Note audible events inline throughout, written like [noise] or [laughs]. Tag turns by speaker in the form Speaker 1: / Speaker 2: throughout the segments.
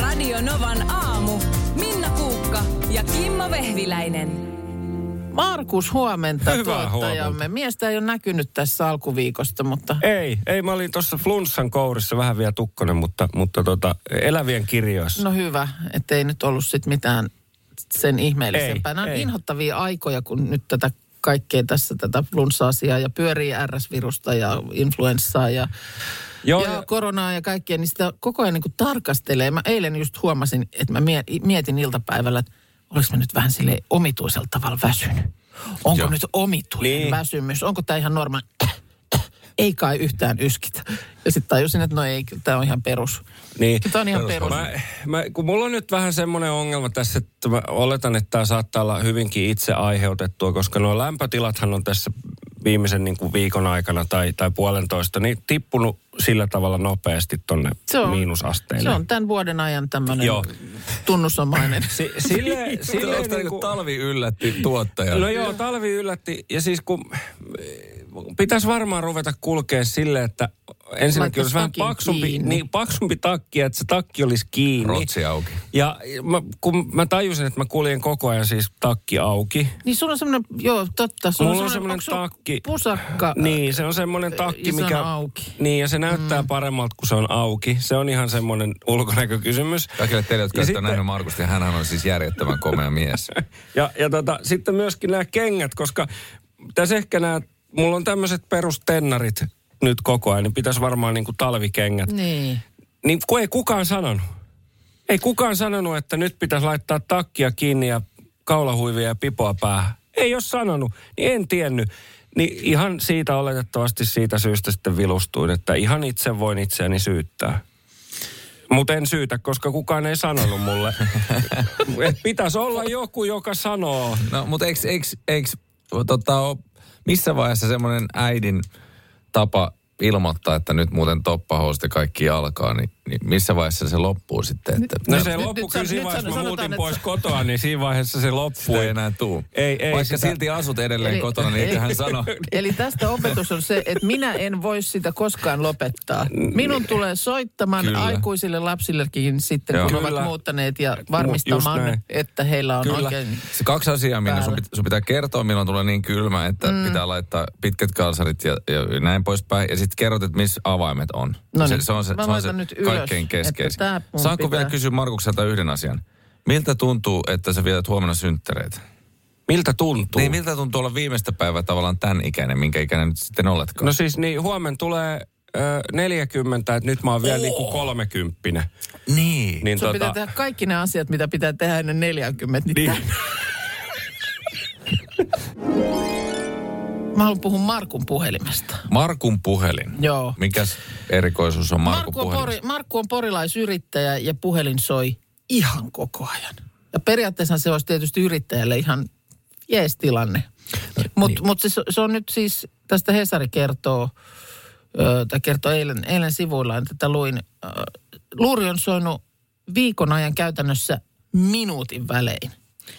Speaker 1: Radio Novan aamu. Minna Kuukka ja Kimmo Vehviläinen.
Speaker 2: Markus, huomenta
Speaker 3: Hyvää
Speaker 2: tuottajamme.
Speaker 3: huomenta.
Speaker 2: Miestä ei ole näkynyt tässä alkuviikosta, mutta
Speaker 3: Ei, ei, mä olin tuossa flunssan kourissa vähän vielä tukkonen, mutta, mutta tota, elävien kirjoissa. No.
Speaker 2: no hyvä, ettei nyt ollut sit mitään sen ihmeellisempää.
Speaker 3: Ei,
Speaker 2: Nämä on
Speaker 3: ei.
Speaker 2: inhottavia aikoja, kun nyt tätä kaikkea tässä tätä flunssa-asiaa ja pyörii RS-virusta ja influenssaa ja,
Speaker 3: Joo,
Speaker 2: ja
Speaker 3: ja,
Speaker 2: koronaa ja kaikkea, niin sitä koko ajan niin kuin tarkastelee. Mä eilen just huomasin, että mä mie- mietin iltapäivällä, että oliko mä nyt vähän sille omituisella tavalla väsynyt. Onko
Speaker 3: Joo.
Speaker 2: nyt omituinen
Speaker 3: Niin.
Speaker 2: väsymys? Onko tämä ihan normaali? ei kai yhtään yskitä. Ja sitten tajusin, että no ei, tämä on ihan perus.
Speaker 3: niin.
Speaker 2: Tämä on ihan perus.
Speaker 3: Mä, mä, kun mulla on nyt vähän semmoinen ongelma tässä, että mä oletan, että tämä saattaa olla hyvinkin itse aiheutettua, koska nuo lämpötilathan on tässä viimeisen niin kuin viikon aikana tai, tai puolentoista, niin tippunut sillä tavalla nopeasti tonne
Speaker 2: Se on,
Speaker 3: miinusasteille.
Speaker 2: se on tämän vuoden ajan tämmöinen
Speaker 3: Joo.
Speaker 2: tunnusomainen.
Speaker 3: Si,
Speaker 2: [laughs]
Speaker 3: sille, sille
Speaker 4: Onko tämä
Speaker 3: niin kuin-
Speaker 4: talvi yllätti tuottaja?
Speaker 3: No joo, talvi yllätti. Ja siis kun pitäisi varmaan ruveta kulkea sille, että ensinnäkin
Speaker 2: Laittaisi
Speaker 3: olisi vähän
Speaker 2: takin
Speaker 3: paksumpi,
Speaker 2: kiinni.
Speaker 3: niin, paksumpi takki, että se takki olisi kiinni.
Speaker 4: Rotsi auki.
Speaker 3: Ja mä, kun mä tajusin, että mä kuljen koko ajan siis takki auki.
Speaker 2: Niin sulla on semmoinen, joo totta, sulla
Speaker 3: Mulla on
Speaker 2: semmonen-
Speaker 3: semmoinen
Speaker 2: onko sulla
Speaker 3: takki.
Speaker 2: Pusakka.
Speaker 3: Niin, se on semmoinen takki,
Speaker 2: ja se on
Speaker 3: mikä...
Speaker 2: Äh, auki.
Speaker 3: Niin, ja se näyttää mm. paremmalta, kun se on auki. Se on ihan semmoinen ulkonäkökysymys.
Speaker 4: Kaikille teille, jotka
Speaker 3: Ja
Speaker 4: ette
Speaker 3: sitten-
Speaker 4: ole nähnyt Markusta, ja hänhän on siis järjettömän komea mies.
Speaker 3: [laughs] Ja, ja tota, sitten myöskin nämä kengät, koska tässä ehkä nämä, mulla on tämmöiset perustennarit nyt koko ajan, niin pitäisi varmaan niin kuin talvikengät. Mm.
Speaker 2: Niin.
Speaker 3: Niin kun ei kukaan sanonut. Ei kukaan sanonut, että nyt pitäisi laittaa takkia kiinni ja kaulahuivia ja pipoa päähän. Ei ole sanonut, niin en tiennyt. Niin ihan siitä oletettavasti siitä syystä sitten vilustuin, että ihan itse voin itseäni syyttää. Mutta en syytä, koska kukaan ei sanonut
Speaker 2: [laughs]
Speaker 3: mulle. Et pitäisi olla joku, joka sanoo.
Speaker 4: No, mutta eikö, eikö, eikö tota, oo missä vaiheessa semmoinen äidin tapa ilmoittaa, että nyt muuten toppahousta kaikki alkaa, niin, niin missä vaiheessa se loppuu sitten? Että
Speaker 3: No
Speaker 4: Joo.
Speaker 3: se
Speaker 2: nyt-
Speaker 3: loppuu
Speaker 2: nyt
Speaker 3: kyllä
Speaker 2: san-
Speaker 3: siinä
Speaker 2: nyt
Speaker 3: vaiheessa,
Speaker 2: san-
Speaker 3: mä
Speaker 2: sanotaan,
Speaker 3: muutin
Speaker 2: että- Niin,
Speaker 3: pois kotoa, niin siinä vaiheessa se loppuu.
Speaker 4: Sitä ei enää tuu.
Speaker 3: Ei, ei
Speaker 4: Vaikka
Speaker 3: sitä-
Speaker 4: silti asut edelleen
Speaker 2: Eli-
Speaker 4: kotona, niin
Speaker 2: ei.
Speaker 4: eikä
Speaker 2: [laughs]
Speaker 4: hän sano.
Speaker 2: Eli tästä opetus on se, että minä en voi sitä koskaan lopettaa. Minun tulee soittamaan Kyllä.
Speaker 4: Kyllä.
Speaker 2: aikuisille lapsillekin sitten, Joo.
Speaker 4: Joo.
Speaker 2: kun Kyllä.
Speaker 3: Kyllä.
Speaker 2: ovat muuttaneet ja
Speaker 3: Mu- just
Speaker 2: varmistamaan,
Speaker 3: näin.
Speaker 2: että heillä on Kyllä.
Speaker 3: Kyllä.
Speaker 2: oikein.
Speaker 4: Se kaksi asiaa, minä sun,
Speaker 2: Päällä.
Speaker 4: pit, sun pitää kertoa, milloin tulee niin kylmä, että mm. pitää laittaa pitkät kalsarit ja, ja näin poispäin. Ja sitten kerrot, että missä avaimet on.
Speaker 2: No
Speaker 4: se,
Speaker 2: niin.
Speaker 4: se on se,
Speaker 2: Mä
Speaker 4: se, on se
Speaker 2: laitan nyt ylös,
Speaker 4: kaikkein
Speaker 2: että
Speaker 4: keskeisin.
Speaker 2: tää mun
Speaker 4: Saanko
Speaker 2: pitää.
Speaker 4: vielä kysyä Markukselta yhden asian? Miltä tuntuu, että sä vietät huomenna synttäreitä?
Speaker 3: Miltä tuntuu?
Speaker 4: Niin, miltä tuntuu olla viimeistä päivää tavallaan tämän ikäinen, minkä ikäinen nyt sitten oletkaan?
Speaker 3: No siis niin, huomenna tulee ö, 40, että nyt mä oon vielä niinku
Speaker 4: Oh.
Speaker 3: 30.
Speaker 4: niin.
Speaker 3: Niin
Speaker 2: Sun tota... pitää tehdä kaikki ne asiat, mitä pitää tehdä ennen 40. Niin.
Speaker 3: Niin.
Speaker 2: tän- [laughs] Mä haluan puhua Markun puhelimesta.
Speaker 4: Markun puhelin.
Speaker 2: Joo.
Speaker 4: Mikäs erikoisuus on Markun
Speaker 2: Markku on,
Speaker 4: puhelin?
Speaker 2: pori, Markku on porilaisyrittäjä ja puhelin soi ihan koko ajan. Ja periaatteessa se olisi tietysti yrittäjälle ihan jees tilanne. Mutta niin. mut se, se on nyt siis, tästä Hesari kertoo, ö, tai kertoi eilen, eilen sivuillaan, tätä luin. Ö, luuri on soinut viikon ajan käytännössä minuutin välein.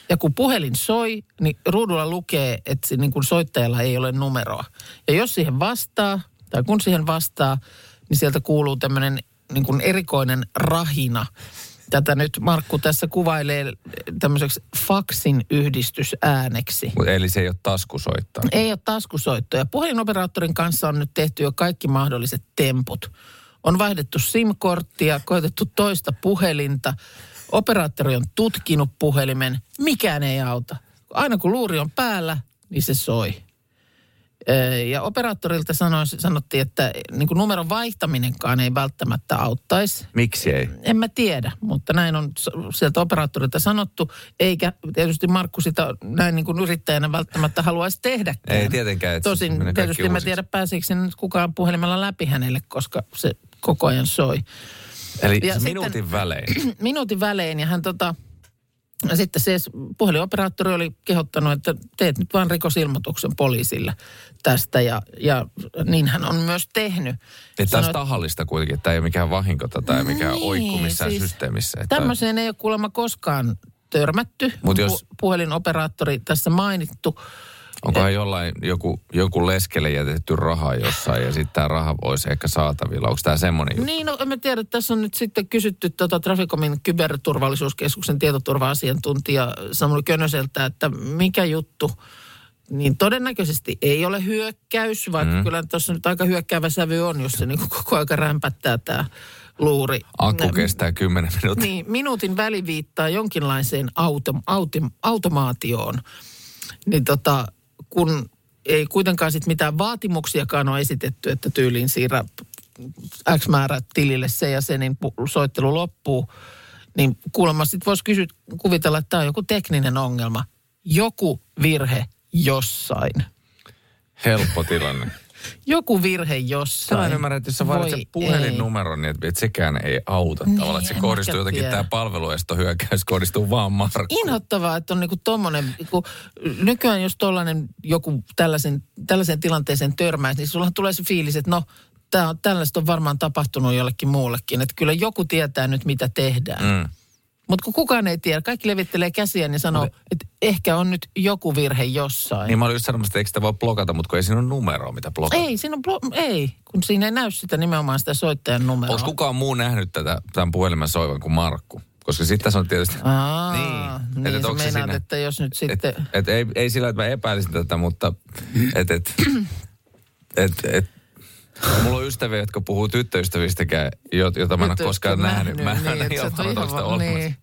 Speaker 2: Ja kun puhelin soi, niin ruudulla lukee, että se, niin kun soittajalla ei ole numeroa. Ja jos siihen vastaa, tai kun siihen vastaa, niin sieltä kuuluu tämmöinen niin kuin erikoinen rahina. Tätä nyt Markku tässä kuvailee tämmöiseksi faksin yhdistysääneksi.
Speaker 4: Mut Eli se ei ole taskusoittaa.
Speaker 2: Ei ole taskusoittoja. Puhelinoperaattorin kanssa on nyt tehty jo kaikki mahdolliset temput. On vaihdettu SIM-korttia, koetettu toista puhelinta. Operaattori on tutkinut puhelimen. Mikään ei auta. Aina kun luuri on päällä, niin se soi. Öö, Ja operaattorilta sanoi, sanottiin, että niin kuin numeron vaihtaminenkaan ei välttämättä auttaisi
Speaker 4: Miksi ei?
Speaker 2: en mä tiedä, mutta näin on s- sieltä operaattorilta sanottu, eikä tietysti Markku sitä näin niin kuin yrittäjänä välttämättä haluaisi tehdäkään.
Speaker 4: Ei tietenkään, että
Speaker 2: Tosin
Speaker 4: menee kaikki
Speaker 2: tietysti en mä
Speaker 4: uusiksi.
Speaker 2: tiedä pääseekö sinne nyt kukaan puhelimella läpi hänelle, koska se koko ajan soi
Speaker 4: Eli
Speaker 2: Ja
Speaker 4: ja
Speaker 2: sitten-
Speaker 4: minuutin välein. Niin
Speaker 2: minuutin välein ja hän tota, ja sitten se puhelinoperaattori oli kehottanut, että teet nyt vaan rikosilmoituksen poliisille tästä ja, ja niin hän on myös tehnyt.
Speaker 4: Että tämä
Speaker 2: Sanoi,
Speaker 4: on tahallista kuitenkin, että tämä ei ole mikään vahinko tai tämä ei ole mikään
Speaker 2: Niin,
Speaker 4: oikku missään
Speaker 2: siis
Speaker 4: systeemissä. Että
Speaker 2: Tämmöiseen ei ole kuulemma koskaan törmätty.
Speaker 4: Mut
Speaker 2: On
Speaker 4: jos-
Speaker 2: pu- Puhelinoperaattori tässä mainittu.
Speaker 4: Onkohan jollain joku, joku leskelle jätetty raha jossain ja sitten tämä raha olisi ehkä saatavilla. Onko tämä semmoinen juttu?
Speaker 2: Niin, no en mä tiedä. Tässä on nyt sitten kysytty tuota Traficomin kyberturvallisuuskeskuksen tietoturva-asiantuntija Samuli Könöseltä, että mikä juttu. Niin todennäköisesti ei ole hyökkäys, vaikka mm. kyllä tuossa nyt aika hyökkäävä sävy on, jos se niin koko aika rämpättää tämä luuri.
Speaker 4: Akku
Speaker 2: Nä-
Speaker 4: kestää 10 minuuttia.
Speaker 2: Niin, minuutin väli viittaa jonkinlaiseen autom, autom, automaatioon. Niin tota, kun ei kuitenkaan sit mitään vaatimuksiakaan ole esitetty, että tyyliin siirrä X määrä tilille se ja se, niin pu- soittelu loppuu. Niin kuulemma sitten voisi kysy, kuvitella, että tämä on joku tekninen ongelma. Joku virhe jossain. Niin.
Speaker 4: Helppo tilanne.
Speaker 2: Joku virhe jossain.
Speaker 4: Sä en ymmärrä, että jos sä
Speaker 2: Voi
Speaker 4: valitset
Speaker 2: ei.
Speaker 4: puhelinnumeron, niin et, et sekään ei auta niin, tavallaan. Että
Speaker 2: en
Speaker 4: se kohdistuu
Speaker 2: mäkään
Speaker 4: jotenkin,
Speaker 2: tiedä.
Speaker 4: tämä palveluestohyökkäys kohdistuu vaan Markkuun.
Speaker 2: inhottavaa, että on niinku tommonen, kun nykyään jos tollainen joku tällaisen, tällaiseen tilanteeseen törmäisi, niin sulla tulee se fiilis, että no, tää, on- tällaista on varmaan tapahtunut jollekin muullekin. Että kyllä joku tietää nyt, mitä tehdään. Mm. Mutta kun kukaan ei tiedä, kaikki levittelee käsiä ja sanoo, että ehkä on nyt joku virhe jossain.
Speaker 4: Niin mä olin just sanomassa, että eikö sitä voi blokata, mutta kun ei siinä ole numeroa, mitä blokata.
Speaker 2: Ei, siinä on blo- ei, kun siinä ei näy sitä nimenomaan sitä soittajan numeroa.
Speaker 4: Onko kukaan muu nähnyt tätä, tämän puhelimen soivan kuin Markku? Koska sitten tässä on tietysti...
Speaker 2: Aa,
Speaker 4: Niin.
Speaker 2: niin,
Speaker 4: Et-
Speaker 2: niin
Speaker 4: et
Speaker 2: sä
Speaker 4: onko se
Speaker 2: meinaat,
Speaker 4: siinä-
Speaker 2: että jos nyt
Speaker 4: Et,
Speaker 2: sitten... Et,
Speaker 4: et ei, ei sillä, että mä epäilisin tätä, mutta... Et, et, et, et, mulla on ystäviä, jotka puhuu tyttöystävistäkään, jo- jota mä en ole koskaan nähnyt. Mä en ole
Speaker 2: niin, et sä oot
Speaker 4: ihan
Speaker 2: ihan
Speaker 4: sitä
Speaker 2: va-
Speaker 4: olemassa.
Speaker 2: niin.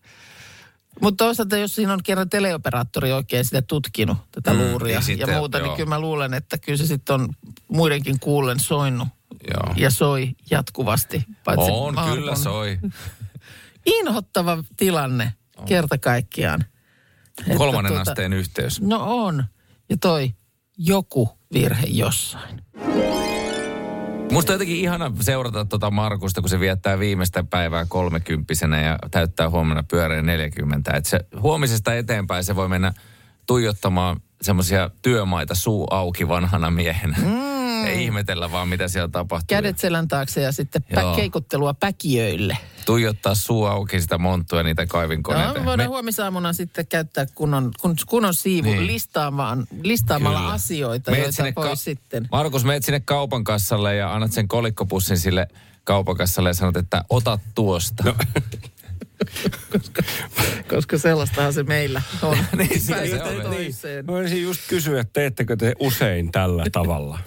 Speaker 2: Mutta toisaalta, jos siinä on kerran teleoperaattori oikein sitä tutkinut, tätä
Speaker 4: Mm,
Speaker 2: mm,
Speaker 4: ja
Speaker 2: luuria ja,
Speaker 4: sitten-
Speaker 2: ja muuta,
Speaker 4: joo.
Speaker 2: niin kyllä mä luulen, että kyllä se sitten on muidenkin kuullen soinut.
Speaker 4: Joo.
Speaker 2: Ja soi jatkuvasti. Paitsi
Speaker 4: On,
Speaker 2: Markon.
Speaker 4: kyllä soi.
Speaker 2: Inhottava tilanne on. kerta kaikkiaan. Että
Speaker 4: Kolmannen
Speaker 2: tuota-
Speaker 4: asteen yhteys.
Speaker 2: No on. Ja toi joku virhe jossain.
Speaker 4: Musta on jotenkin ihana seurata tota Markusta, kun se viettää viimeistä päivää kolmekymppisenä ja täyttää huomenna pyöreä 40. Et se, huomisesta eteenpäin se voi mennä tuijottamaan semmoisia työmaita suu auki vanhana miehenä. Mm. Ei ihmetellä vaan, mitä siellä tapahtuu.
Speaker 2: Kädet selän taakse ja sitten
Speaker 4: Joo.
Speaker 2: pä- keikuttelua päkiöille.
Speaker 4: Tuijottaa suu auki sitä monttua ja niitä kaivinkoneita.
Speaker 2: No, voidaan Me... huomisaamuna sitten käyttää kunnon, kun, kunnon siivu
Speaker 4: Niin.
Speaker 2: niin. listaamaan, listaamalla Kyllä. asioita,
Speaker 4: Meet
Speaker 2: joita
Speaker 4: sinne
Speaker 2: voi sitten.
Speaker 4: Markus, meet sinne kaupan kassalle ja annat sen kolikkopussin sille kaupan kassalle ja sanot, että ota tuosta. No,
Speaker 2: Koska sellaistahan se meillä on.
Speaker 4: [laughs] Niin, sitä se
Speaker 2: Päivästä
Speaker 4: on. Niin.
Speaker 2: toiseen.
Speaker 3: Mä olisin just kysyä, että teettekö te usein
Speaker 2: [laughs]
Speaker 3: tällä tavalla?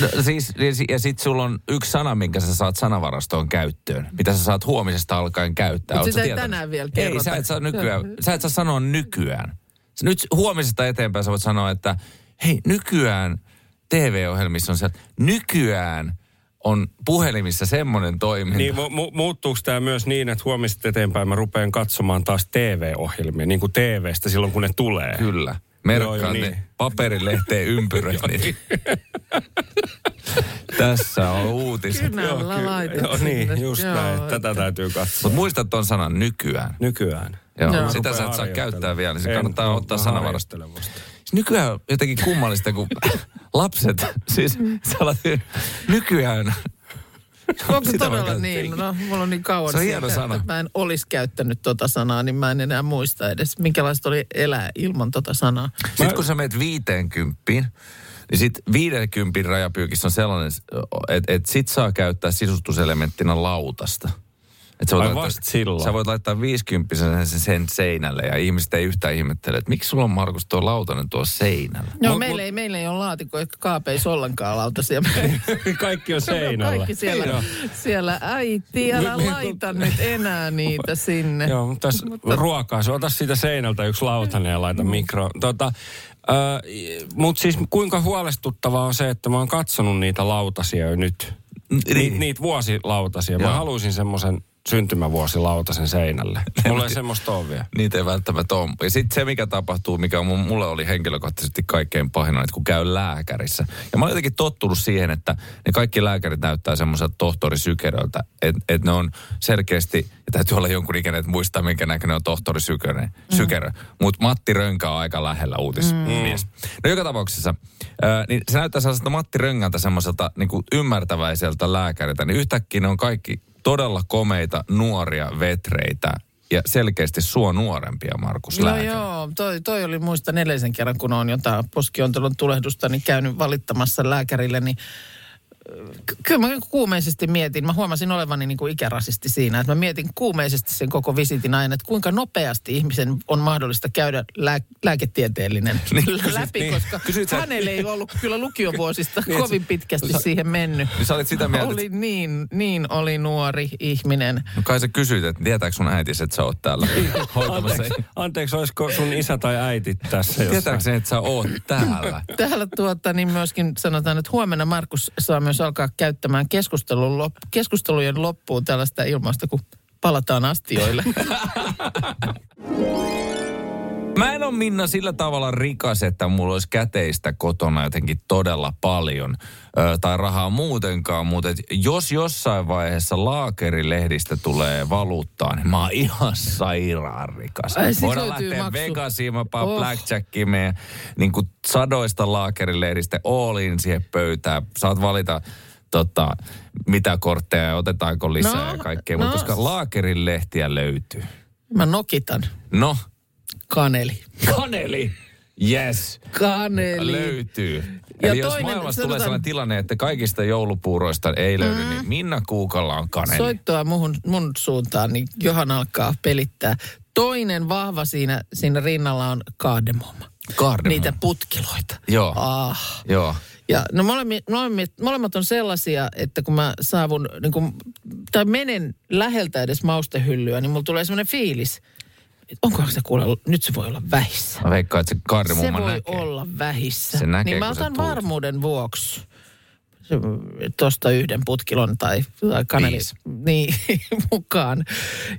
Speaker 4: No, siis, ja si- ja sitten sulla on yksi sana, minkä sä saat sanavarastoon käyttöön, mitä sä saat huomisesta alkaen käyttää.
Speaker 2: Mut
Speaker 4: Oot sä
Speaker 2: sitä ei
Speaker 4: tietänyt?
Speaker 2: tänään vielä
Speaker 4: Ei,
Speaker 2: kerrota.
Speaker 4: sä et saa, nykyään, sä et saa sanoa nykyään. Sä Nyt huomisesta eteenpäin sä voit sanoa, että hei, nykyään TV-ohjelmissa on se, nykyään on puhelimissa semmoinen toiminta.
Speaker 3: Niin, mu- mu- muuttuuko tämä myös niin, että huomista eteenpäin mä rupean katsomaan taas TV-ohjelmia, niin kuin TVstä silloin, kun ne tulee?
Speaker 4: Kyllä. Merkkaan
Speaker 3: Joo,
Speaker 4: ne
Speaker 3: niin.
Speaker 4: niin. paperilehteen ympyrät. niin. Tässä on uutiset.
Speaker 2: Kynällä laitat
Speaker 3: Joo,
Speaker 2: sinne.
Speaker 3: niin, just joo, näin. Tätä täytyy katsoa.
Speaker 4: Mutta muista ton sanan nykyään.
Speaker 3: Nykyään.
Speaker 4: Joo.
Speaker 2: Joo.
Speaker 4: Sitä sä et saa
Speaker 3: Rupean
Speaker 4: käyttää vielä, niin se
Speaker 3: En,
Speaker 4: kannattaa
Speaker 3: mä-
Speaker 4: ottaa
Speaker 3: mä
Speaker 4: sanavarasto.
Speaker 3: harjoittelen vasta.
Speaker 4: Siis Nykyään on jotenkin
Speaker 3: [laughs]
Speaker 4: kummallista, kun lapset, siis sä olet nykyään.
Speaker 2: Onko
Speaker 4: Sitä mä
Speaker 2: todella
Speaker 4: käytin.
Speaker 2: niin? No, mulla on niin kauan.
Speaker 4: Se on
Speaker 2: siitä,
Speaker 4: hieno
Speaker 2: että
Speaker 4: sana.
Speaker 2: Mä en olisi käyttänyt tota sanaa, niin mä en enää muista edes, minkälaista oli elää ilman tota sanaa.
Speaker 4: Sitten kun sä meet 50, niin sit 50 rajapyykissä on sellainen, että et sit saa käyttää sisustuselementtinä lautasta. Et sä
Speaker 3: Ai
Speaker 4: laittaa-
Speaker 3: vasta silloin.
Speaker 4: Sä voit laittaa 50 sen, sen seinälle ja ihmiset ei yhtään ihmettele, että miksi sulla on Markus tuo lautanen tuo seinällä.
Speaker 2: Joo, meillä, ei, meillä ei ole laatikko, eikä kaapeissa ollenkaan
Speaker 4: [laughs]
Speaker 2: lautasia.
Speaker 3: [laughs] Kaikki on seinällä.
Speaker 2: Kaikki siellä,
Speaker 3: Joo.
Speaker 2: siellä äiti, älä laita nyt enää
Speaker 4: [laughs]
Speaker 2: niitä sinne.
Speaker 3: Joo, mutta tässä ruokaa. Se ota siitä seinältä yksi lautanen ja laita mikro. Tota, mutta siis kuinka huolestuttavaa on se, että mä oon katsonut niitä lautasia jo nyt. Ni, niitä vuosilautasia. Mä
Speaker 4: Joo.
Speaker 3: haluaisin semmoisen syntymävuosilautasen seinälle. Mulla ei semmoista ole vielä.
Speaker 4: Niitä Niin ei välttämättä ole. Ja sitten se, mikä tapahtuu, mikä on, mun- mulle oli henkilökohtaisesti kaikkein pahin, on, että kun käy lääkärissä. Ja mä oon jotenkin tottunut siihen, että ne kaikki lääkärit näyttää semmoiselta tohtorisykeröltä. Että et ne on selkeästi, ja täytyy olla jonkun ikäinen, että muistaa, minkä näköinen on tohtorisykerö. Mm. Mutta Matti Rönkä on aika lähellä uutismies. Mm. No joka tapauksessa, ää, niin se näyttää sellaiselta Matti Röngältä semmoiselta niin ymmärtäväiseltä lääkäriltä. Niin yhtäkkiä ne on kaikki todella komeita, nuoria vetreitä ja selkeästi sua nuorempia, Markus
Speaker 2: No
Speaker 4: Lääkäri.
Speaker 2: joo, toi, toi oli muista edellisen kerran, kun on jotain poskiontelon tulehdusta, niin käynyt valittamassa lääkärille, niin Ky- kyllä mä niinku kuumeisesti mietin, mä huomasin olevani niin kuin ikärasisti siinä, että mä mietin kuumeisesti sen koko visitin aina, että kuinka nopeasti ihmisen on mahdollista käydä lää- lääketieteellinen
Speaker 4: [laughs] Niin,
Speaker 2: niin,
Speaker 4: kysyt-
Speaker 2: läpi,
Speaker 4: niin.
Speaker 2: koska
Speaker 4: Kysyt sä-
Speaker 2: hänelle ei ollut kyllä lukiovuosista
Speaker 4: [laughs] Niin, et sä-
Speaker 2: kovin pitkästi
Speaker 4: sä-
Speaker 2: siihen mennyt.
Speaker 4: Niin sä olit sitä mieltä,
Speaker 2: Oli
Speaker 4: että
Speaker 2: niin, niin oli nuori ihminen.
Speaker 4: no kai sä kysyit, että tietääkö sun äitis, että sä oot
Speaker 2: [laughs]
Speaker 4: täällä hoitamassa.
Speaker 3: Anteeksi, anteeksi, olisiko sun isä tai äiti tässä jossain?
Speaker 4: Tietääkö sen, että sä oot täällä?
Speaker 2: Täällä tuota, niin myöskin sanotaan, että huomenna Markus saa myös alkaa käyttämään keskustelun lop- keskustelujen loppuun tällaista ilmausta, kun palataan astioille.
Speaker 4: Mä en ole Minna sillä tavalla rikas, että mulla olisi käteistä kotona jotenkin todella paljon ö, tai rahaa muutenkaan, mutta et jos jossain vaiheessa laakerilehdistä tulee valuuttaa, niin mä oon ihan sairaan rikas.
Speaker 2: Ai, sit
Speaker 4: Voidaan
Speaker 2: löytyy
Speaker 4: lähteä
Speaker 2: maksu.
Speaker 4: Vegasiin, mä paan
Speaker 2: Oh.
Speaker 4: oh. blackjackiin meidän niin kuin sadoista laakerilehdistä all in siihen pöytään. Saat valita tota, mitä kortteja ja otetaanko lisää
Speaker 2: No,
Speaker 4: ja kaikkea, no.
Speaker 2: no.
Speaker 4: mutta koska laakerilehtiä löytyy.
Speaker 2: Mä nokitan.
Speaker 4: No,
Speaker 2: Kaneli.
Speaker 4: kaneli! Yes!
Speaker 2: Kaneli.
Speaker 4: löytyy.
Speaker 2: Ja
Speaker 4: Ja
Speaker 2: toinen,
Speaker 4: Eli jos maailmassa
Speaker 2: sanotaan- Mm.
Speaker 4: tulee sellainen tilanne, että kaikista joulupuuroista ei löydy, niin Minna Kuukalla on kaneli.
Speaker 2: Soittoa muhun, mun suuntaan, niin Johan alkaa pelittää. Toinen vahva siinä, siinä rinnalla on kaademoma.
Speaker 4: Kardemom.
Speaker 2: Niitä putkiloita.
Speaker 4: Joo.
Speaker 2: Ah.
Speaker 4: Joo.
Speaker 2: Ja no molemmat, molemmat, molemmat on sellaisia, että kun mä saavun, niin kun, tai menen läheltä edes maustehyllyä, niin mulla tulee semmoinen fiilis, että onko se kuule, nyt se voi olla vähissä.
Speaker 4: Mä veikkaan, että se
Speaker 2: se
Speaker 4: kardemumma
Speaker 2: voi
Speaker 4: näkee.
Speaker 2: olla vähissä.
Speaker 4: Se näkee,
Speaker 2: niin mä
Speaker 4: kun sä
Speaker 2: otan
Speaker 4: tuut.
Speaker 2: varmuuden vuoksi se- tosta yhden putkilon tai, tai kaneli
Speaker 4: Viisi.
Speaker 2: niin, [laughs] mukaan.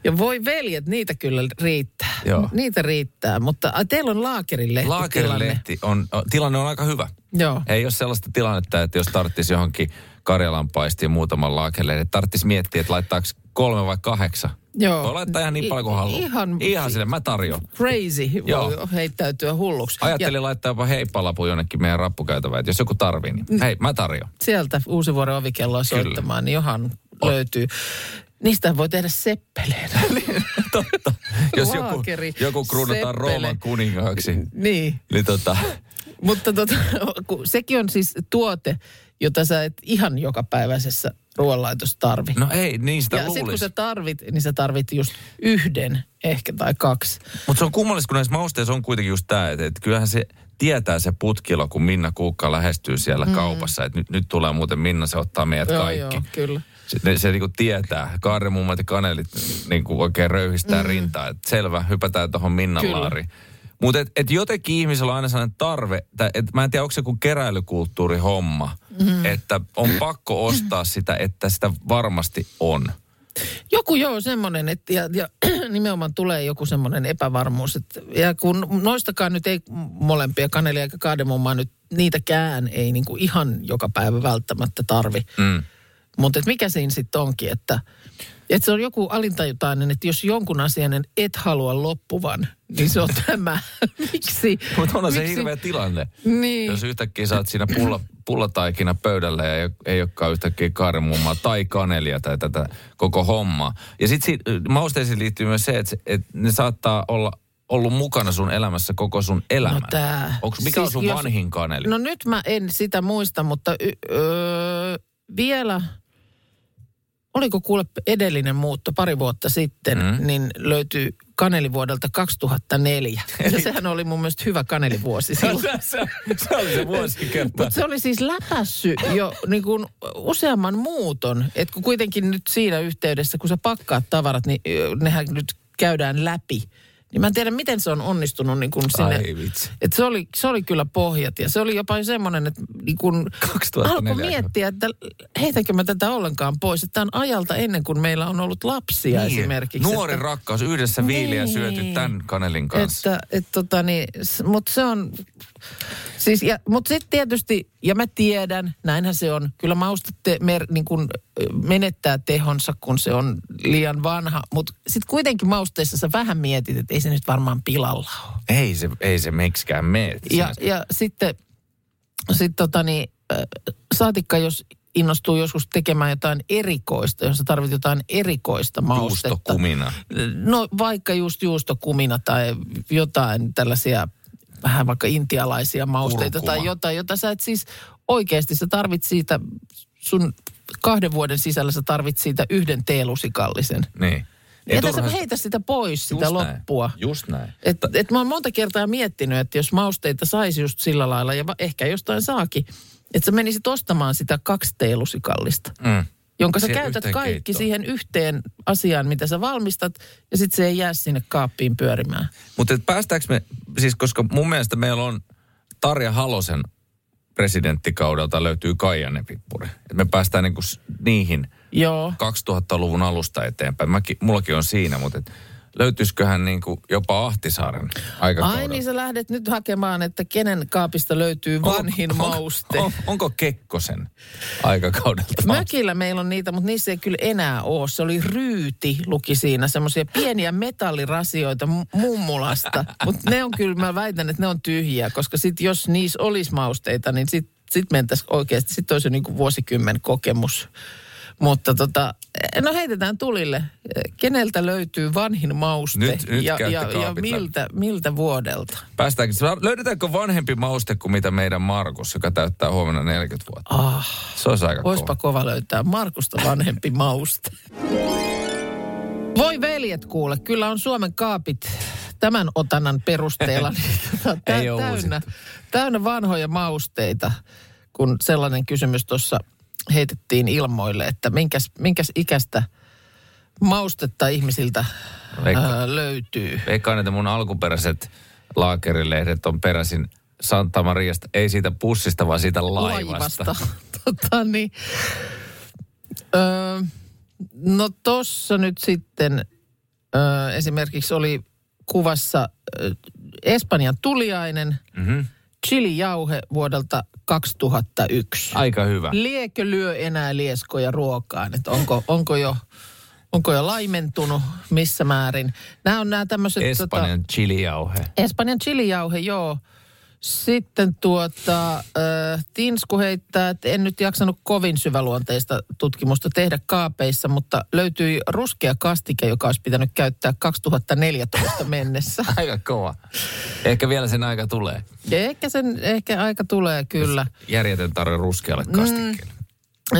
Speaker 2: Ja voi veljet, niitä kyllä riittää.
Speaker 4: Joo.
Speaker 2: Niitä riittää, mutta a, teillä on laakerilehti
Speaker 4: Laakerilehti on, o, tilanne on aika hyvä.
Speaker 2: Joo.
Speaker 4: Ei ole sellaista tilannetta, että jos tarttisi johonkin Karjalan paistiin muutaman laakelleen, niin tarttisi miettiä, että laittaako kolme vai kahdeksan.
Speaker 2: Joo.
Speaker 4: Voi laittaa ihan niin
Speaker 2: I-
Speaker 4: paljon kuin haluaa.
Speaker 2: ihan-
Speaker 4: ihan sille, mä tarjoan.
Speaker 2: crazy voi
Speaker 4: Joo.
Speaker 2: heittäytyä hulluksi.
Speaker 4: Ajattelin laittaa jopa heippalapu jonnekin meidän rappukäytävään, että jos joku tarvii,
Speaker 2: Mm.
Speaker 4: niin hei, mä tarjoan.
Speaker 2: Ja sieltä Uusivuoren ovikelloa
Speaker 4: Kyllä.
Speaker 2: soittamaan, niin johan löytyy. Niistä voi tehdä seppeleen.
Speaker 4: [laughs] Niin, Totta. Jos joku,
Speaker 2: Laakeri,
Speaker 4: joku kruunataan
Speaker 2: seppele.
Speaker 4: Rooman kuningaaksi,
Speaker 2: niin,
Speaker 4: niin tota,
Speaker 2: mutta tota, [laughs] kun sekin on siis tuote, jota sä et ihan jokapäiväisessä ruoanlaitossa tarvi.
Speaker 4: no ei, niin sitä
Speaker 2: ja sitten kun
Speaker 4: luulisi.
Speaker 2: sä tarvit, niin sä tarvit just yhden ehkä tai kaksi.
Speaker 4: Mutta se on kummallista, kun näissä mausteissa on kuitenkin just tämä, että, että kyllähän se tietää se putkilo, kun Minna Kuukka lähestyy siellä mm. kaupassa, että nyt, nyt tulee muuten Minna, se ottaa meidät
Speaker 2: Joo,
Speaker 4: kaikki.
Speaker 2: joo, kyllä.
Speaker 4: Se, ne, se niinku tietää. Kaaremummat ja kanelit niinku oikein röyhistää mm. rintaa. Et selvä, hypätään tuohon Minnan
Speaker 2: Kyllä.
Speaker 4: laariin. Mutta et, et jotenkin ihmisellä on aina sellainen tarve, tai et mä en tiedä, onko se joku keräilykulttuurihomma, mm. että on pakko ostaa sitä, että sitä varmasti on.
Speaker 2: Joku joo, semmoinen, että ja, ja [clears throat] nimenomaan tulee joku semmoinen epävarmuus. Että, ja kun noistakaan nyt ei molempia, kanelia eikä kaademommaa nyt, niitäkään ei niin kuin ihan joka päivä välttämättä tarvi.
Speaker 4: Mm.
Speaker 2: Mutta mikä siinä sitten onkin, että, että se on joku alintajutainen, että jos jonkun asian et halua loppuvan, niin
Speaker 4: [laughs]
Speaker 2: se on tämä. [laughs] Miksi?
Speaker 4: Mutta onhan se
Speaker 2: miksi-
Speaker 4: hirveä tilanne.
Speaker 2: Niin.
Speaker 4: Jos yhtäkkiä saat siinä pulla, pullataikina pöydällä ja ei, ei olekaan yhtäkkiä karmummaa tai kanelia tai tätä koko hommaa. Ja sitten mausteisiin liittyy myös se, että, se- että ne saattaa olla ollut mukana sun elämässä koko sun elämän.
Speaker 2: No tää.
Speaker 4: Onks, mikä siis on
Speaker 2: Siis
Speaker 4: sun
Speaker 2: jos-
Speaker 4: jos... vanhin kaneli?
Speaker 2: No nyt mä en sitä muista, mutta y- öö, vielä, oliko kuule edellinen muutto pari vuotta sitten, mm. niin löytyy kanelivuodelta 2004. Ja sehän oli mun mielestä hyvä kanelivuosi silloin.
Speaker 4: [laughs] se, se oli se vuosikerta.
Speaker 2: Mutta se oli siis läpässy jo niin kuin useamman muuton. Et kun kuitenkin nyt siinä yhteydessä, kun sä pakkaat tavarat, niin ö, nehän nyt käydään läpi. Niin mä en tiedä, miten se on onnistunut niin kuin sinne.
Speaker 4: Ai vitsi.
Speaker 2: Et se, oli, se oli kyllä pohjat ja se oli jopa semmoinen, että niin kun
Speaker 4: 2004.
Speaker 2: alkoi miettiä, että heitänkö mä tätä ollenkaan pois. Että tämä on ajalta ennen kuin meillä on ollut lapsia niin. esimerkiksi.
Speaker 4: Nuori
Speaker 2: että,
Speaker 4: rakkaus, yhdessä viiliä
Speaker 2: Niin.
Speaker 4: syöty tämän kanelin kanssa.
Speaker 2: että, et, tota, niin, Mutta se on, siis, ja, mut sitten tietysti, ja mä tiedän, näinhän se on. Kyllä maustette mer, niin kun, ö, menettää tehonsa, kun se on liian vanha. Mutta sitten kuitenkin mausteissa sä vähän mietit, että ei se nyt varmaan pilalla ole.
Speaker 4: Ei se, ei se miksikään mene.
Speaker 2: Ja, ja sitten sit tota niin, äh, saatikka, jos innostuu joskus tekemään jotain erikoista, jos sä tarvit jotain erikoista maustetta.
Speaker 4: Juustokumina.
Speaker 2: No vaikka just juustokumina tai jotain tällaisia vähän vaikka intialaisia mausteita
Speaker 4: Kurkuma.
Speaker 2: tai jotain, jota sä et siis oikeasti, sä tarvit siitä sun kahden vuoden sisällä sä tarvit siitä yhden teelusikallisen.
Speaker 4: Niin.
Speaker 2: Ei Jätä sä
Speaker 4: turhaa-
Speaker 2: heitä sitä pois, sitä
Speaker 4: Just näin.
Speaker 2: loppua.
Speaker 4: Just näin.
Speaker 2: Et, et mä oon monta kertaa miettinyt, että jos mausteita saisi just sillä lailla, ja va- ehkä jostain saakin, että sä menisit ostamaan sitä kaksi teelusikallista,
Speaker 4: Mm.
Speaker 2: jonka sä
Speaker 4: Siihen
Speaker 2: käytät
Speaker 4: yhteen
Speaker 2: kaikki
Speaker 4: keittoon.
Speaker 2: siihen yhteen asiaan, mitä sä valmistat, ja sitten se ei jää sinne kaappiin pyörimään.
Speaker 4: Mutta päästäänkö me, siis koska mun mielestä meillä on Tarja Halosen presidenttikaudelta löytyy Kaijanen pippuri. Et me päästään niinku s- niihin
Speaker 2: Joo.
Speaker 4: 2000-luvun alusta eteenpäin. Mäkin, mullakin on siinä, mutta et löytyisiköhän niinku jopa Ahtisaaren aikakaudelta.
Speaker 2: Ai niin sä lähdet nyt hakemaan, että kenen kaapista löytyy vanhin
Speaker 4: Onko- onko-
Speaker 2: mauste.
Speaker 4: On, onko Kekkosen aikakaudelta?
Speaker 2: Mökillä meillä on niitä, mutta niissä ei kyllä enää ole. Se oli ryyti, luki siinä, semmoisia pieniä metallirasioita mu-
Speaker 4: [laughs]
Speaker 2: mummulasta. Mutta ne on kyllä, mä väitän, että ne on tyhjiä, koska sit jos niissä olisi mausteita, niin sit, sit mentäisiin oikeasti, sit olisi niin vuosikymmen kokemus. Mutta tota, no heitetään tulille. Keneltä löytyy vanhin mauste
Speaker 4: Nyt- nyt
Speaker 2: ja,
Speaker 4: käytte
Speaker 2: ja, ja
Speaker 4: kaapit läpi.
Speaker 2: miltä, miltä vuodelta?
Speaker 4: Päästäänkö, löydetäänkö vanhempi mauste kuin mitä meidän Markus, joka täyttää huomenna 40 vuotta?
Speaker 2: Ah.
Speaker 4: Se olisi aika
Speaker 2: Voispa
Speaker 4: kova.
Speaker 2: kova löytää Markusta vanhempi mauste. Voi veljet kuule, kyllä on Suomen kaapit tämän otannan perusteella
Speaker 4: [laughs]
Speaker 2: niin, tota, tä-
Speaker 4: Ei oo
Speaker 2: täynnä, täynnä vanhoja mausteita, kun sellainen kysymys tuossa heitettiin ilmoille, että minkäs, minkäs ikäistä maustetta ihmisiltä
Speaker 4: Veikka-
Speaker 2: ää, löytyy.
Speaker 4: Veikkaan, että mun alkuperäiset laakerilehdet on peräisin Santa Mariasta, ei siitä pussista, vaan siitä laivasta.
Speaker 2: [laughs] tota niin. Öö, no tossa nyt sitten öö, esimerkiksi oli kuvassa öö, Espanjan tuliainen, mm-hmm. chili-jauhe vuodelta 2001.
Speaker 4: Aika hyvä.
Speaker 2: Liekö lyö enää lieskoja ruokaan? Et onko, onko, jo, onko jo laimentunut missä määrin? Nämä on tota- nämä tämmöiset...
Speaker 4: Espanjan chilijauhe.
Speaker 2: Espanjan chilijauhe, joo. Sitten tuota, äh, Tinsku heittää, että en nyt jaksanut kovin syväluonteista tutkimusta tehdä kaapeissa, mutta löytyi ruskea kastike, joka olisi pitänyt käyttää 2014 mennessä.
Speaker 4: [laughs] Aika kova. Ehkä vielä sen aika tulee.
Speaker 2: Ja ehkä sen ehkä aika tulee kyllä.
Speaker 4: Järjetön tarve ruskealle kastikkeelle.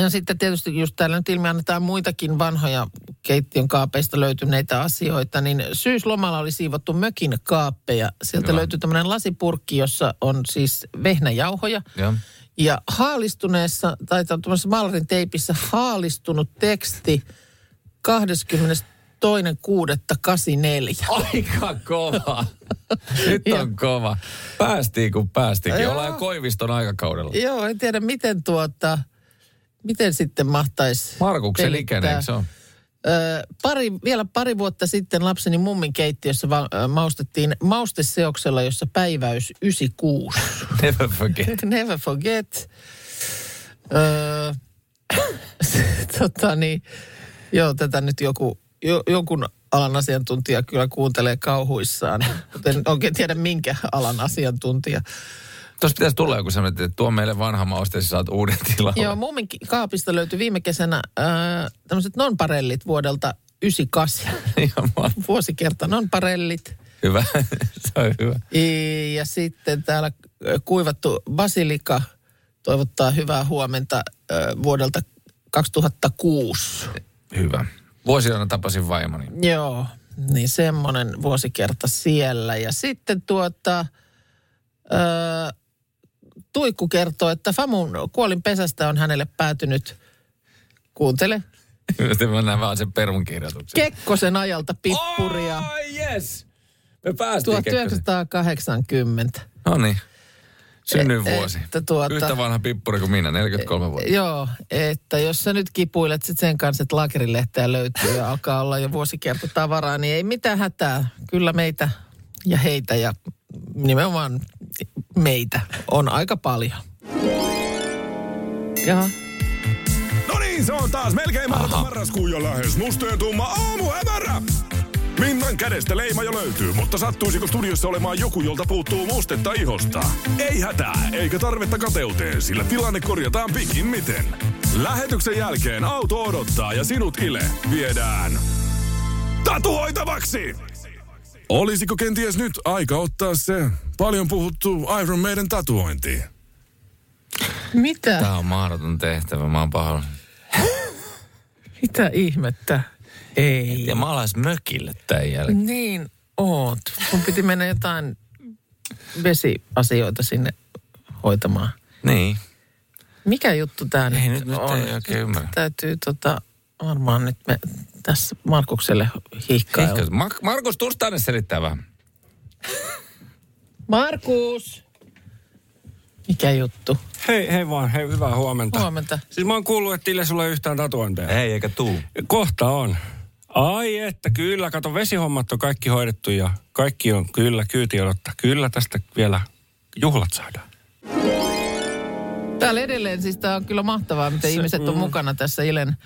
Speaker 2: Ja sitten tietysti just täällä nyt ilmi annetaan muitakin vanhoja keittiön kaapeista löytyneitä asioita, niin syyslomalla oli siivottu mökin kaappeja. Sieltä
Speaker 4: Joo.
Speaker 2: löytyy tämmöinen lasipurkki, jossa on siis vehnäjauhoja.
Speaker 4: Joo.
Speaker 2: Ja haalistuneessa, tai tuossa maalarin teipissä haalistunut teksti 22.6.84.
Speaker 4: Aika kova. Nyt on kova. Päästiin kun päästikin. Ollaan jo Koiviston aikakaudella.
Speaker 2: Joo, en tiedä miten tuota, miten sitten mahtaisi
Speaker 4: Markuksen
Speaker 2: pelittää.
Speaker 4: ikäinen, eikö se on?
Speaker 2: Ö, pari, vielä pari vuotta sitten lapseni mummin keittiössä va- ö, maustettiin mausteseoksella, jossa päiväys 96.
Speaker 4: [laughs] Never forget.
Speaker 2: [laughs] Never forget. Öö, [coughs] tota niin, joo, tätä nyt joku, jo, jonkun alan asiantuntija kyllä kuuntelee kauhuissaan. Mutta En oikein tiedä, minkä alan asiantuntija.
Speaker 4: Tuossa pitäisi tulla joku sellainen, että tuo meille vanha mauste, sä saat uuden tilalle.
Speaker 2: Joo, mummin ki- kaapista löytyi viime kesänä öö, tämmöiset nonparellit vuodelta 98.
Speaker 4: [laughs] Ihan ma-
Speaker 2: [laughs] Vuosikerta nonparellit.
Speaker 4: hyvä. [laughs] se on hyvä.
Speaker 2: I- Ja sitten täällä ö, kuivattu basilika toivottaa hyvää huomenta ö, vuodelta 2006.
Speaker 4: Hyvä. Vuosilana tapasin vaimoni.
Speaker 2: Joo, niin semmoinen vuosikerta siellä. Ja sitten tuota, ö, Tuikku kertoo, että Famun kuolinpesästä on hänelle päätynyt, kuuntele,
Speaker 4: Sitten mä näen vaan sen perun kirjoituksen.
Speaker 2: Kekkosen ajalta pippuria
Speaker 4: Oh, yes! Me päästiin Kekkosen.
Speaker 2: 1980.
Speaker 4: No niin. Synnyin vuosi.
Speaker 2: E- Että tuota- E-
Speaker 4: Yhtä vanha pippuri kuin minä, 43 vuotta.
Speaker 2: Joo, että jos sä nyt kipuilet sit sen kanssa, että laakerilehteä löytyy ja alkaa olla jo vuosikerta tavaraa, niin ei mitään hätää. Kyllä meitä ja heitä ja nimenomaan meitä on aika paljon. Jaha.
Speaker 5: No niin, se on taas melkein mahdoton marraskuu jo lähes. Musteen tumma aamu hämärä. Minnan kädestä leima jo löytyy, mutta sattuisiko studiossa olemaan joku, jolta puuttuu mustetta ihosta? Ei hätää, eikä tarvetta kateuteen, sillä tilanne korjataan pikimmiten. Lähetyksen jälkeen auto odottaa ja sinut Ile viedään tatuoitavaksi! Olisiko kenties nyt aika ottaa se paljon puhuttu Iron Maiden tatuointi?
Speaker 2: Mitä?
Speaker 4: Tämä on mahdoton tehtävä, mä oon pahoillani.
Speaker 2: Mitä ihmettä? Ei.
Speaker 4: Niin, Ja mä alas mökille tämän jälkeen.
Speaker 2: Niin oot. Mun piti mennä jotain vesiasioita sinne hoitamaan.
Speaker 4: Niin.
Speaker 2: Mikä juttu tämä
Speaker 4: Ei,
Speaker 2: nyt,
Speaker 4: nyt- nyt
Speaker 2: on?
Speaker 4: ei oikein
Speaker 2: Nyt
Speaker 4: ymmärrä.
Speaker 2: Täytyy tota, varmaan nyt me tässä Markukselle hihkailla.
Speaker 4: Ehkä- Mar- Markus Turstainen selittää vähän.
Speaker 2: Markus! Mikä juttu?
Speaker 3: Hei, hei vaan, hei, hyvää huomenta.
Speaker 2: Huomenta.
Speaker 3: Siis mä oon kuullut, että Ile sulle ei yhtään tatuointeja.
Speaker 4: Ei, eikä tuu.
Speaker 3: Kohta on. Ai että, kyllä, kato, vesihommat on kaikki hoidettu ja kaikki on kyllä kyyti odottaa. Kyllä tästä vielä juhlat saadaan.
Speaker 2: Täällä edelleen, siis tämä on kyllä mahtavaa, miten Se, ihmiset
Speaker 4: mm.
Speaker 2: on mukana tässä Ilen,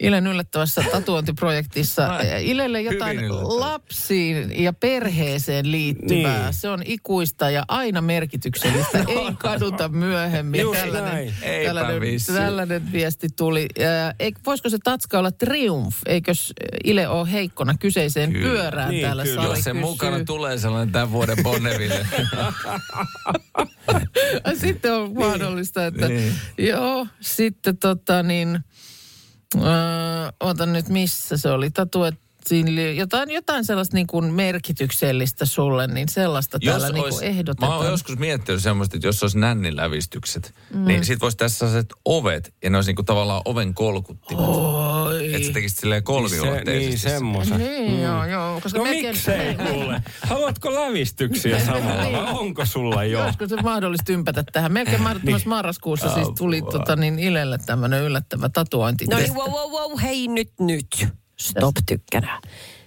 Speaker 2: Ilen yllättävässä tatuointiprojektissa. Ilelle jotain
Speaker 4: hyvin yllättävää.
Speaker 2: lapsiin ja perheeseen liittyvää.
Speaker 3: Niin.
Speaker 2: Se on ikuista ja aina
Speaker 4: [laughs]
Speaker 2: merkityksellistä. Ei kaduta myöhemmin.
Speaker 3: Just
Speaker 2: tällainen,
Speaker 3: näin.
Speaker 4: No. Eipä
Speaker 2: tällainen,
Speaker 4: vissiin.
Speaker 2: tällainen viesti tuli. Ää, Eik, voisiko se tatska olla triumf? Eikös Ile ole heikkona kyseiseen
Speaker 4: Kyllä.
Speaker 2: pyörään
Speaker 3: Niin,
Speaker 2: täällä
Speaker 3: kyllä.
Speaker 2: Sari
Speaker 4: Jos se
Speaker 2: kysyy.
Speaker 4: mukana tulee sellainen tämän vuoden [laughs] Bonneville.
Speaker 2: [laughs] Sitten on mahdollista, että
Speaker 4: Niin.
Speaker 2: joo, sitten tota niin, öö, ootan nyt missä se oli, tatuoitiin li- jotain, jotain sellaista niin kuin merkityksellistä sulle, niin sellaista jos täällä niin kuin
Speaker 4: mä oon
Speaker 2: ehdotetaan.
Speaker 4: joskus miettinyt semmoista, että jos olisi nännilävistykset, mm. niin sit voisi tässä sellaiset ovet, ja ne olisi niinku tavallaan oven kolkuttimet. Oh.
Speaker 2: Oi.
Speaker 4: Että sä tekisit silleen
Speaker 3: Se, niin,
Speaker 4: kolmiulotteisesti.
Speaker 3: semmoisen.
Speaker 2: Niin, joo, joo. Koska [laughs]
Speaker 3: No
Speaker 2: melkein-
Speaker 3: miksei kuule? Haluatko lävistyksiä samalla
Speaker 2: Niin.
Speaker 3: vai onko sulla jo?
Speaker 2: Olisiko se mahdollista ympätä tähän? Melkein mahdottomassa marraskuussa siis tuli tota, niin Ilelle tämmöinen yllättävä tatuointi.
Speaker 6: No niin, wow, wow, wow, hei nyt, nyt. Stop tykkänä.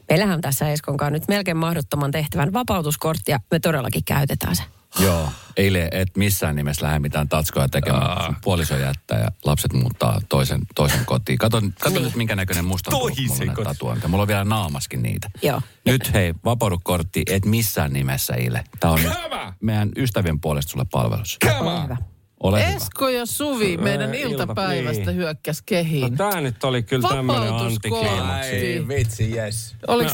Speaker 6: Meillähän on tässä Eskon kanssa nyt melkein mahdottoman tehtävän vapautuskortti ja me todellakin käytetään se.
Speaker 7: Joo, eilen et missään nimessä lähde mitään tatskoja tekemään. Sun puoliso jättää ja lapset muuttaa toisen, toisen kotiin. Kato, kato nyt, minkä näköinen musta on tullut mulla näitä tatuointeja. Mulla on vielä naamaskin niitä.
Speaker 6: Joo.
Speaker 7: Nyt hei, vapaudu kortti, et missään nimessä Ile. Tää on nyt meidän ystävien puolesta sulle palvelus.
Speaker 6: Ole hyvä.
Speaker 7: Ole hyvä.
Speaker 2: Esko ja Suvi meidän
Speaker 3: Ää,
Speaker 2: iltapäivästä
Speaker 3: ilta- niin.
Speaker 2: hyökkäs
Speaker 3: No,
Speaker 2: kehiin.
Speaker 3: tää nyt oli kyllä tämmöinen antikliimaksi.
Speaker 2: Vapautuskortti.
Speaker 4: vitsi, yes.
Speaker 2: Oliko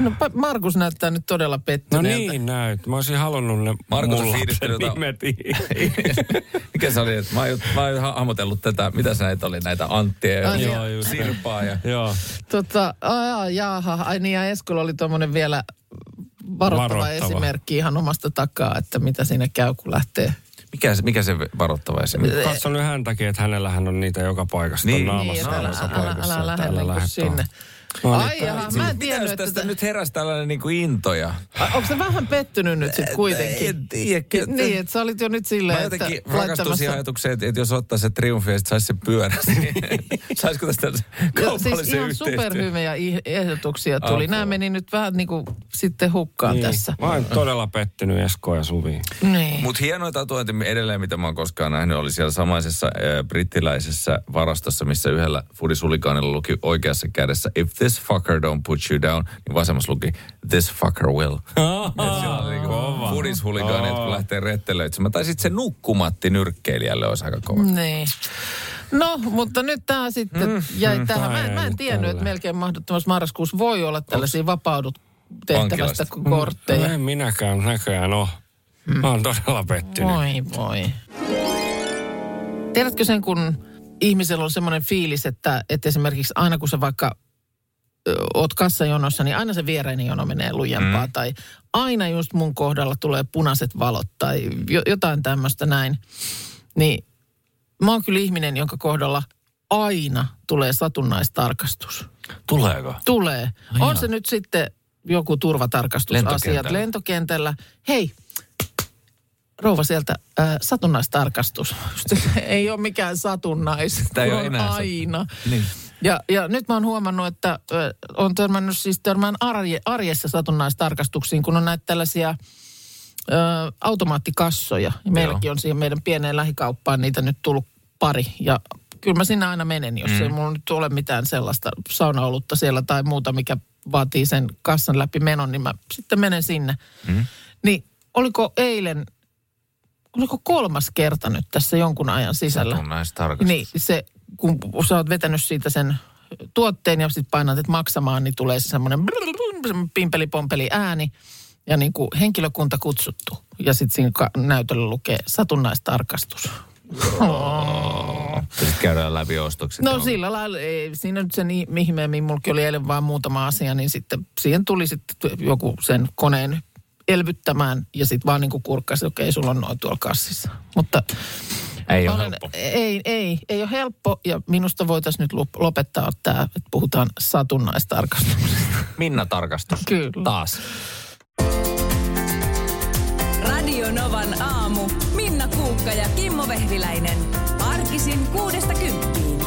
Speaker 2: no. no pa- Markus näyttää nyt todella
Speaker 3: No
Speaker 2: pettyneeltä.
Speaker 3: niin näyt. Mä olisin halunnut ne
Speaker 4: Markus on
Speaker 3: mun lapsen
Speaker 4: fiilistellyt-
Speaker 3: nimet.
Speaker 4: [laughs] [laughs] Mikä se oli? että Mä oon, ju- mä oon ha- hahmotellut tätä. Mitä sä näitä oli? Näitä Anttia ja
Speaker 2: Ai,
Speaker 4: Joo,
Speaker 3: joo.
Speaker 4: just Sirpaa. Ja...
Speaker 3: Joo.
Speaker 2: Tota, aa, jaaha, ai niin ja Eskolla oli tuommoinen vielä varoittava,
Speaker 3: Varoittava.
Speaker 2: esimerkki ihan omasta takaa, että mitä siinä käy, kun lähtee.
Speaker 4: Mikä, se- mikä se varoittava esimerkki?
Speaker 3: Katso nyt hän takia, että hänellähän on niitä joka paikassa.
Speaker 4: Niin,
Speaker 3: Niin,
Speaker 4: niin,
Speaker 2: Niin,
Speaker 3: naamassa,
Speaker 2: että
Speaker 3: niin,
Speaker 2: älä,
Speaker 3: naamassa
Speaker 2: älä,
Speaker 3: paikassa.
Speaker 2: älä, älä
Speaker 3: että
Speaker 2: lähde
Speaker 3: lähde
Speaker 2: kuin sinne.
Speaker 3: No niin,
Speaker 2: ai jaha, mä en
Speaker 4: Mitä jos
Speaker 2: tiennyt, että...
Speaker 4: tästä
Speaker 2: Tästä...
Speaker 4: nyt heräsi tällainen niinku into ja...
Speaker 2: Onko se vähän pettynyt nyt sitten
Speaker 4: En
Speaker 2: kuitenkin?
Speaker 4: tiedä. kyllä.
Speaker 2: Niin, että sä olit jo nyt
Speaker 4: Mä
Speaker 2: silleen, että
Speaker 4: jotenkin
Speaker 2: [laughs]
Speaker 4: rakastuin siihen
Speaker 2: laittamassa...
Speaker 4: ajatukseen, että, että jos ottaa se triumfi ja sit saisi se pyörä, [laughs] niin saisiko tästä
Speaker 2: Ja siis
Speaker 4: kaupallisen
Speaker 2: ihan
Speaker 4: yhteistyön?
Speaker 2: superhyviä ih- ehdotuksia tuli. Nämä meni nyt vähän niin kuin sitten hukkaan
Speaker 3: Niin.
Speaker 2: tässä.
Speaker 3: Mä oon todella pettynyt Esko ja Suvi.
Speaker 2: Niin.
Speaker 4: Mutta hienoin tatuointi edelleen, mitä mä oon koskaan nähnyt, oli siellä samaisessa äh, brittiläisessä varastossa, missä yhdellä fudisulikaanilla luki oikeassa kädessä If this fucker don't put you down, niin vasemmassa luki This fucker will.
Speaker 3: Kova.
Speaker 4: Fudishulikaaneet, kun lähtee rettelöitsemään. Tai sitten se nukkumatti nyrkkeilijälle olisi aika kova.
Speaker 2: Niin. No, mutta nyt tämä sitten mm, jäi mm, tähän. Mä,
Speaker 3: tää
Speaker 2: en- mä
Speaker 3: jäi
Speaker 2: en
Speaker 3: nyt
Speaker 2: tiennyt, että
Speaker 3: tälle.
Speaker 2: melkein mahdottomassa marraskuussa voi olla tällaisia vapaudut tehtävästä
Speaker 4: Vankilasta.
Speaker 2: kuin kortteja.
Speaker 3: No en minäkään näköjään ole. Mä oon todella pettynyt.
Speaker 2: Voi voi. Tiedätkö sen, kun ihmisellä on semmoinen fiilis, että, että esimerkiksi aina kun sä vaikka ö, oot kassajonossa, niin aina se viereinen jono menee lujempaa. Mm. Tai aina just mun kohdalla tulee punaiset valot tai jo, jotain tämmöistä näin. Niin mä oon kyllä ihminen, jonka kohdalla aina tulee satunnaistarkastus.
Speaker 4: Tuleeko?
Speaker 2: Tulee. On se nyt sitten joku turvatarkastusasiat
Speaker 4: Lentokentällä.
Speaker 2: lentokentällä. Hei, rouva sieltä, äh, satunnaistarkastus. [laughs] ei ole mikään satunnais,
Speaker 4: Sitä ei
Speaker 2: kun
Speaker 4: ole
Speaker 2: on
Speaker 4: enää satu-
Speaker 2: aina.
Speaker 4: Niin.
Speaker 2: Ja, ja nyt mä oon huomannut, että ö, on törmännyt siis törmään arje, arjessa satunnaistarkastuksiin, kun on näitä tällaisia ö, automaattikassoja. Ja meilläkin on siihen meidän pieneen lähikauppaan niitä nyt tullut pari. Ja kyllä mä sinne aina menen, jos mm. ei mulla nyt ole mitään sellaista saunaolutta siellä tai muuta, mikä vaatii sen kassan läpi menon, niin mä sitten menen sinne. Mm. Niin oliko eilen oliko kolmas kerta nyt tässä jonkun ajan sisällä.
Speaker 4: Kun näistä tarkasti.
Speaker 2: Niin se, kun sä oot vetänyt siitä sen tuotteen ja sitten painat, että maksamaan, niin tulee se semmoinen pimpeli-pompeli ääni ja niin kuin henkilökunta kutsuttu. Ja sitten siinä ka- näytöllä lukee satunnaistarkastus.
Speaker 4: Sitten käydään läpi ostokset.
Speaker 2: No
Speaker 4: ja on-
Speaker 2: sillä lailla, ei, siinä nyt se niin, ihmeemmin, mulki oli eilen vaan muutama asia, niin sitten siihen tuli sitten joku sen koneen elvyttämään ja sitten vaan niin kuin kurkkasi, okei, okay, sulla on noin tuolla kassissa. Mutta
Speaker 4: Ei ole
Speaker 2: olen,
Speaker 4: helppo.
Speaker 2: ei, ei, ei ole helppo ja minusta voitaisiin nyt lop- lopettaa tämä, että puhutaan satunnaistarkastuksesta.
Speaker 4: Minna tarkastus.
Speaker 2: Kyllä.
Speaker 4: Taas.
Speaker 1: Radio Novan aamu. Minna Kuukka ja Kimmo Vehviläinen. Arkisin kuudesta kymppiin.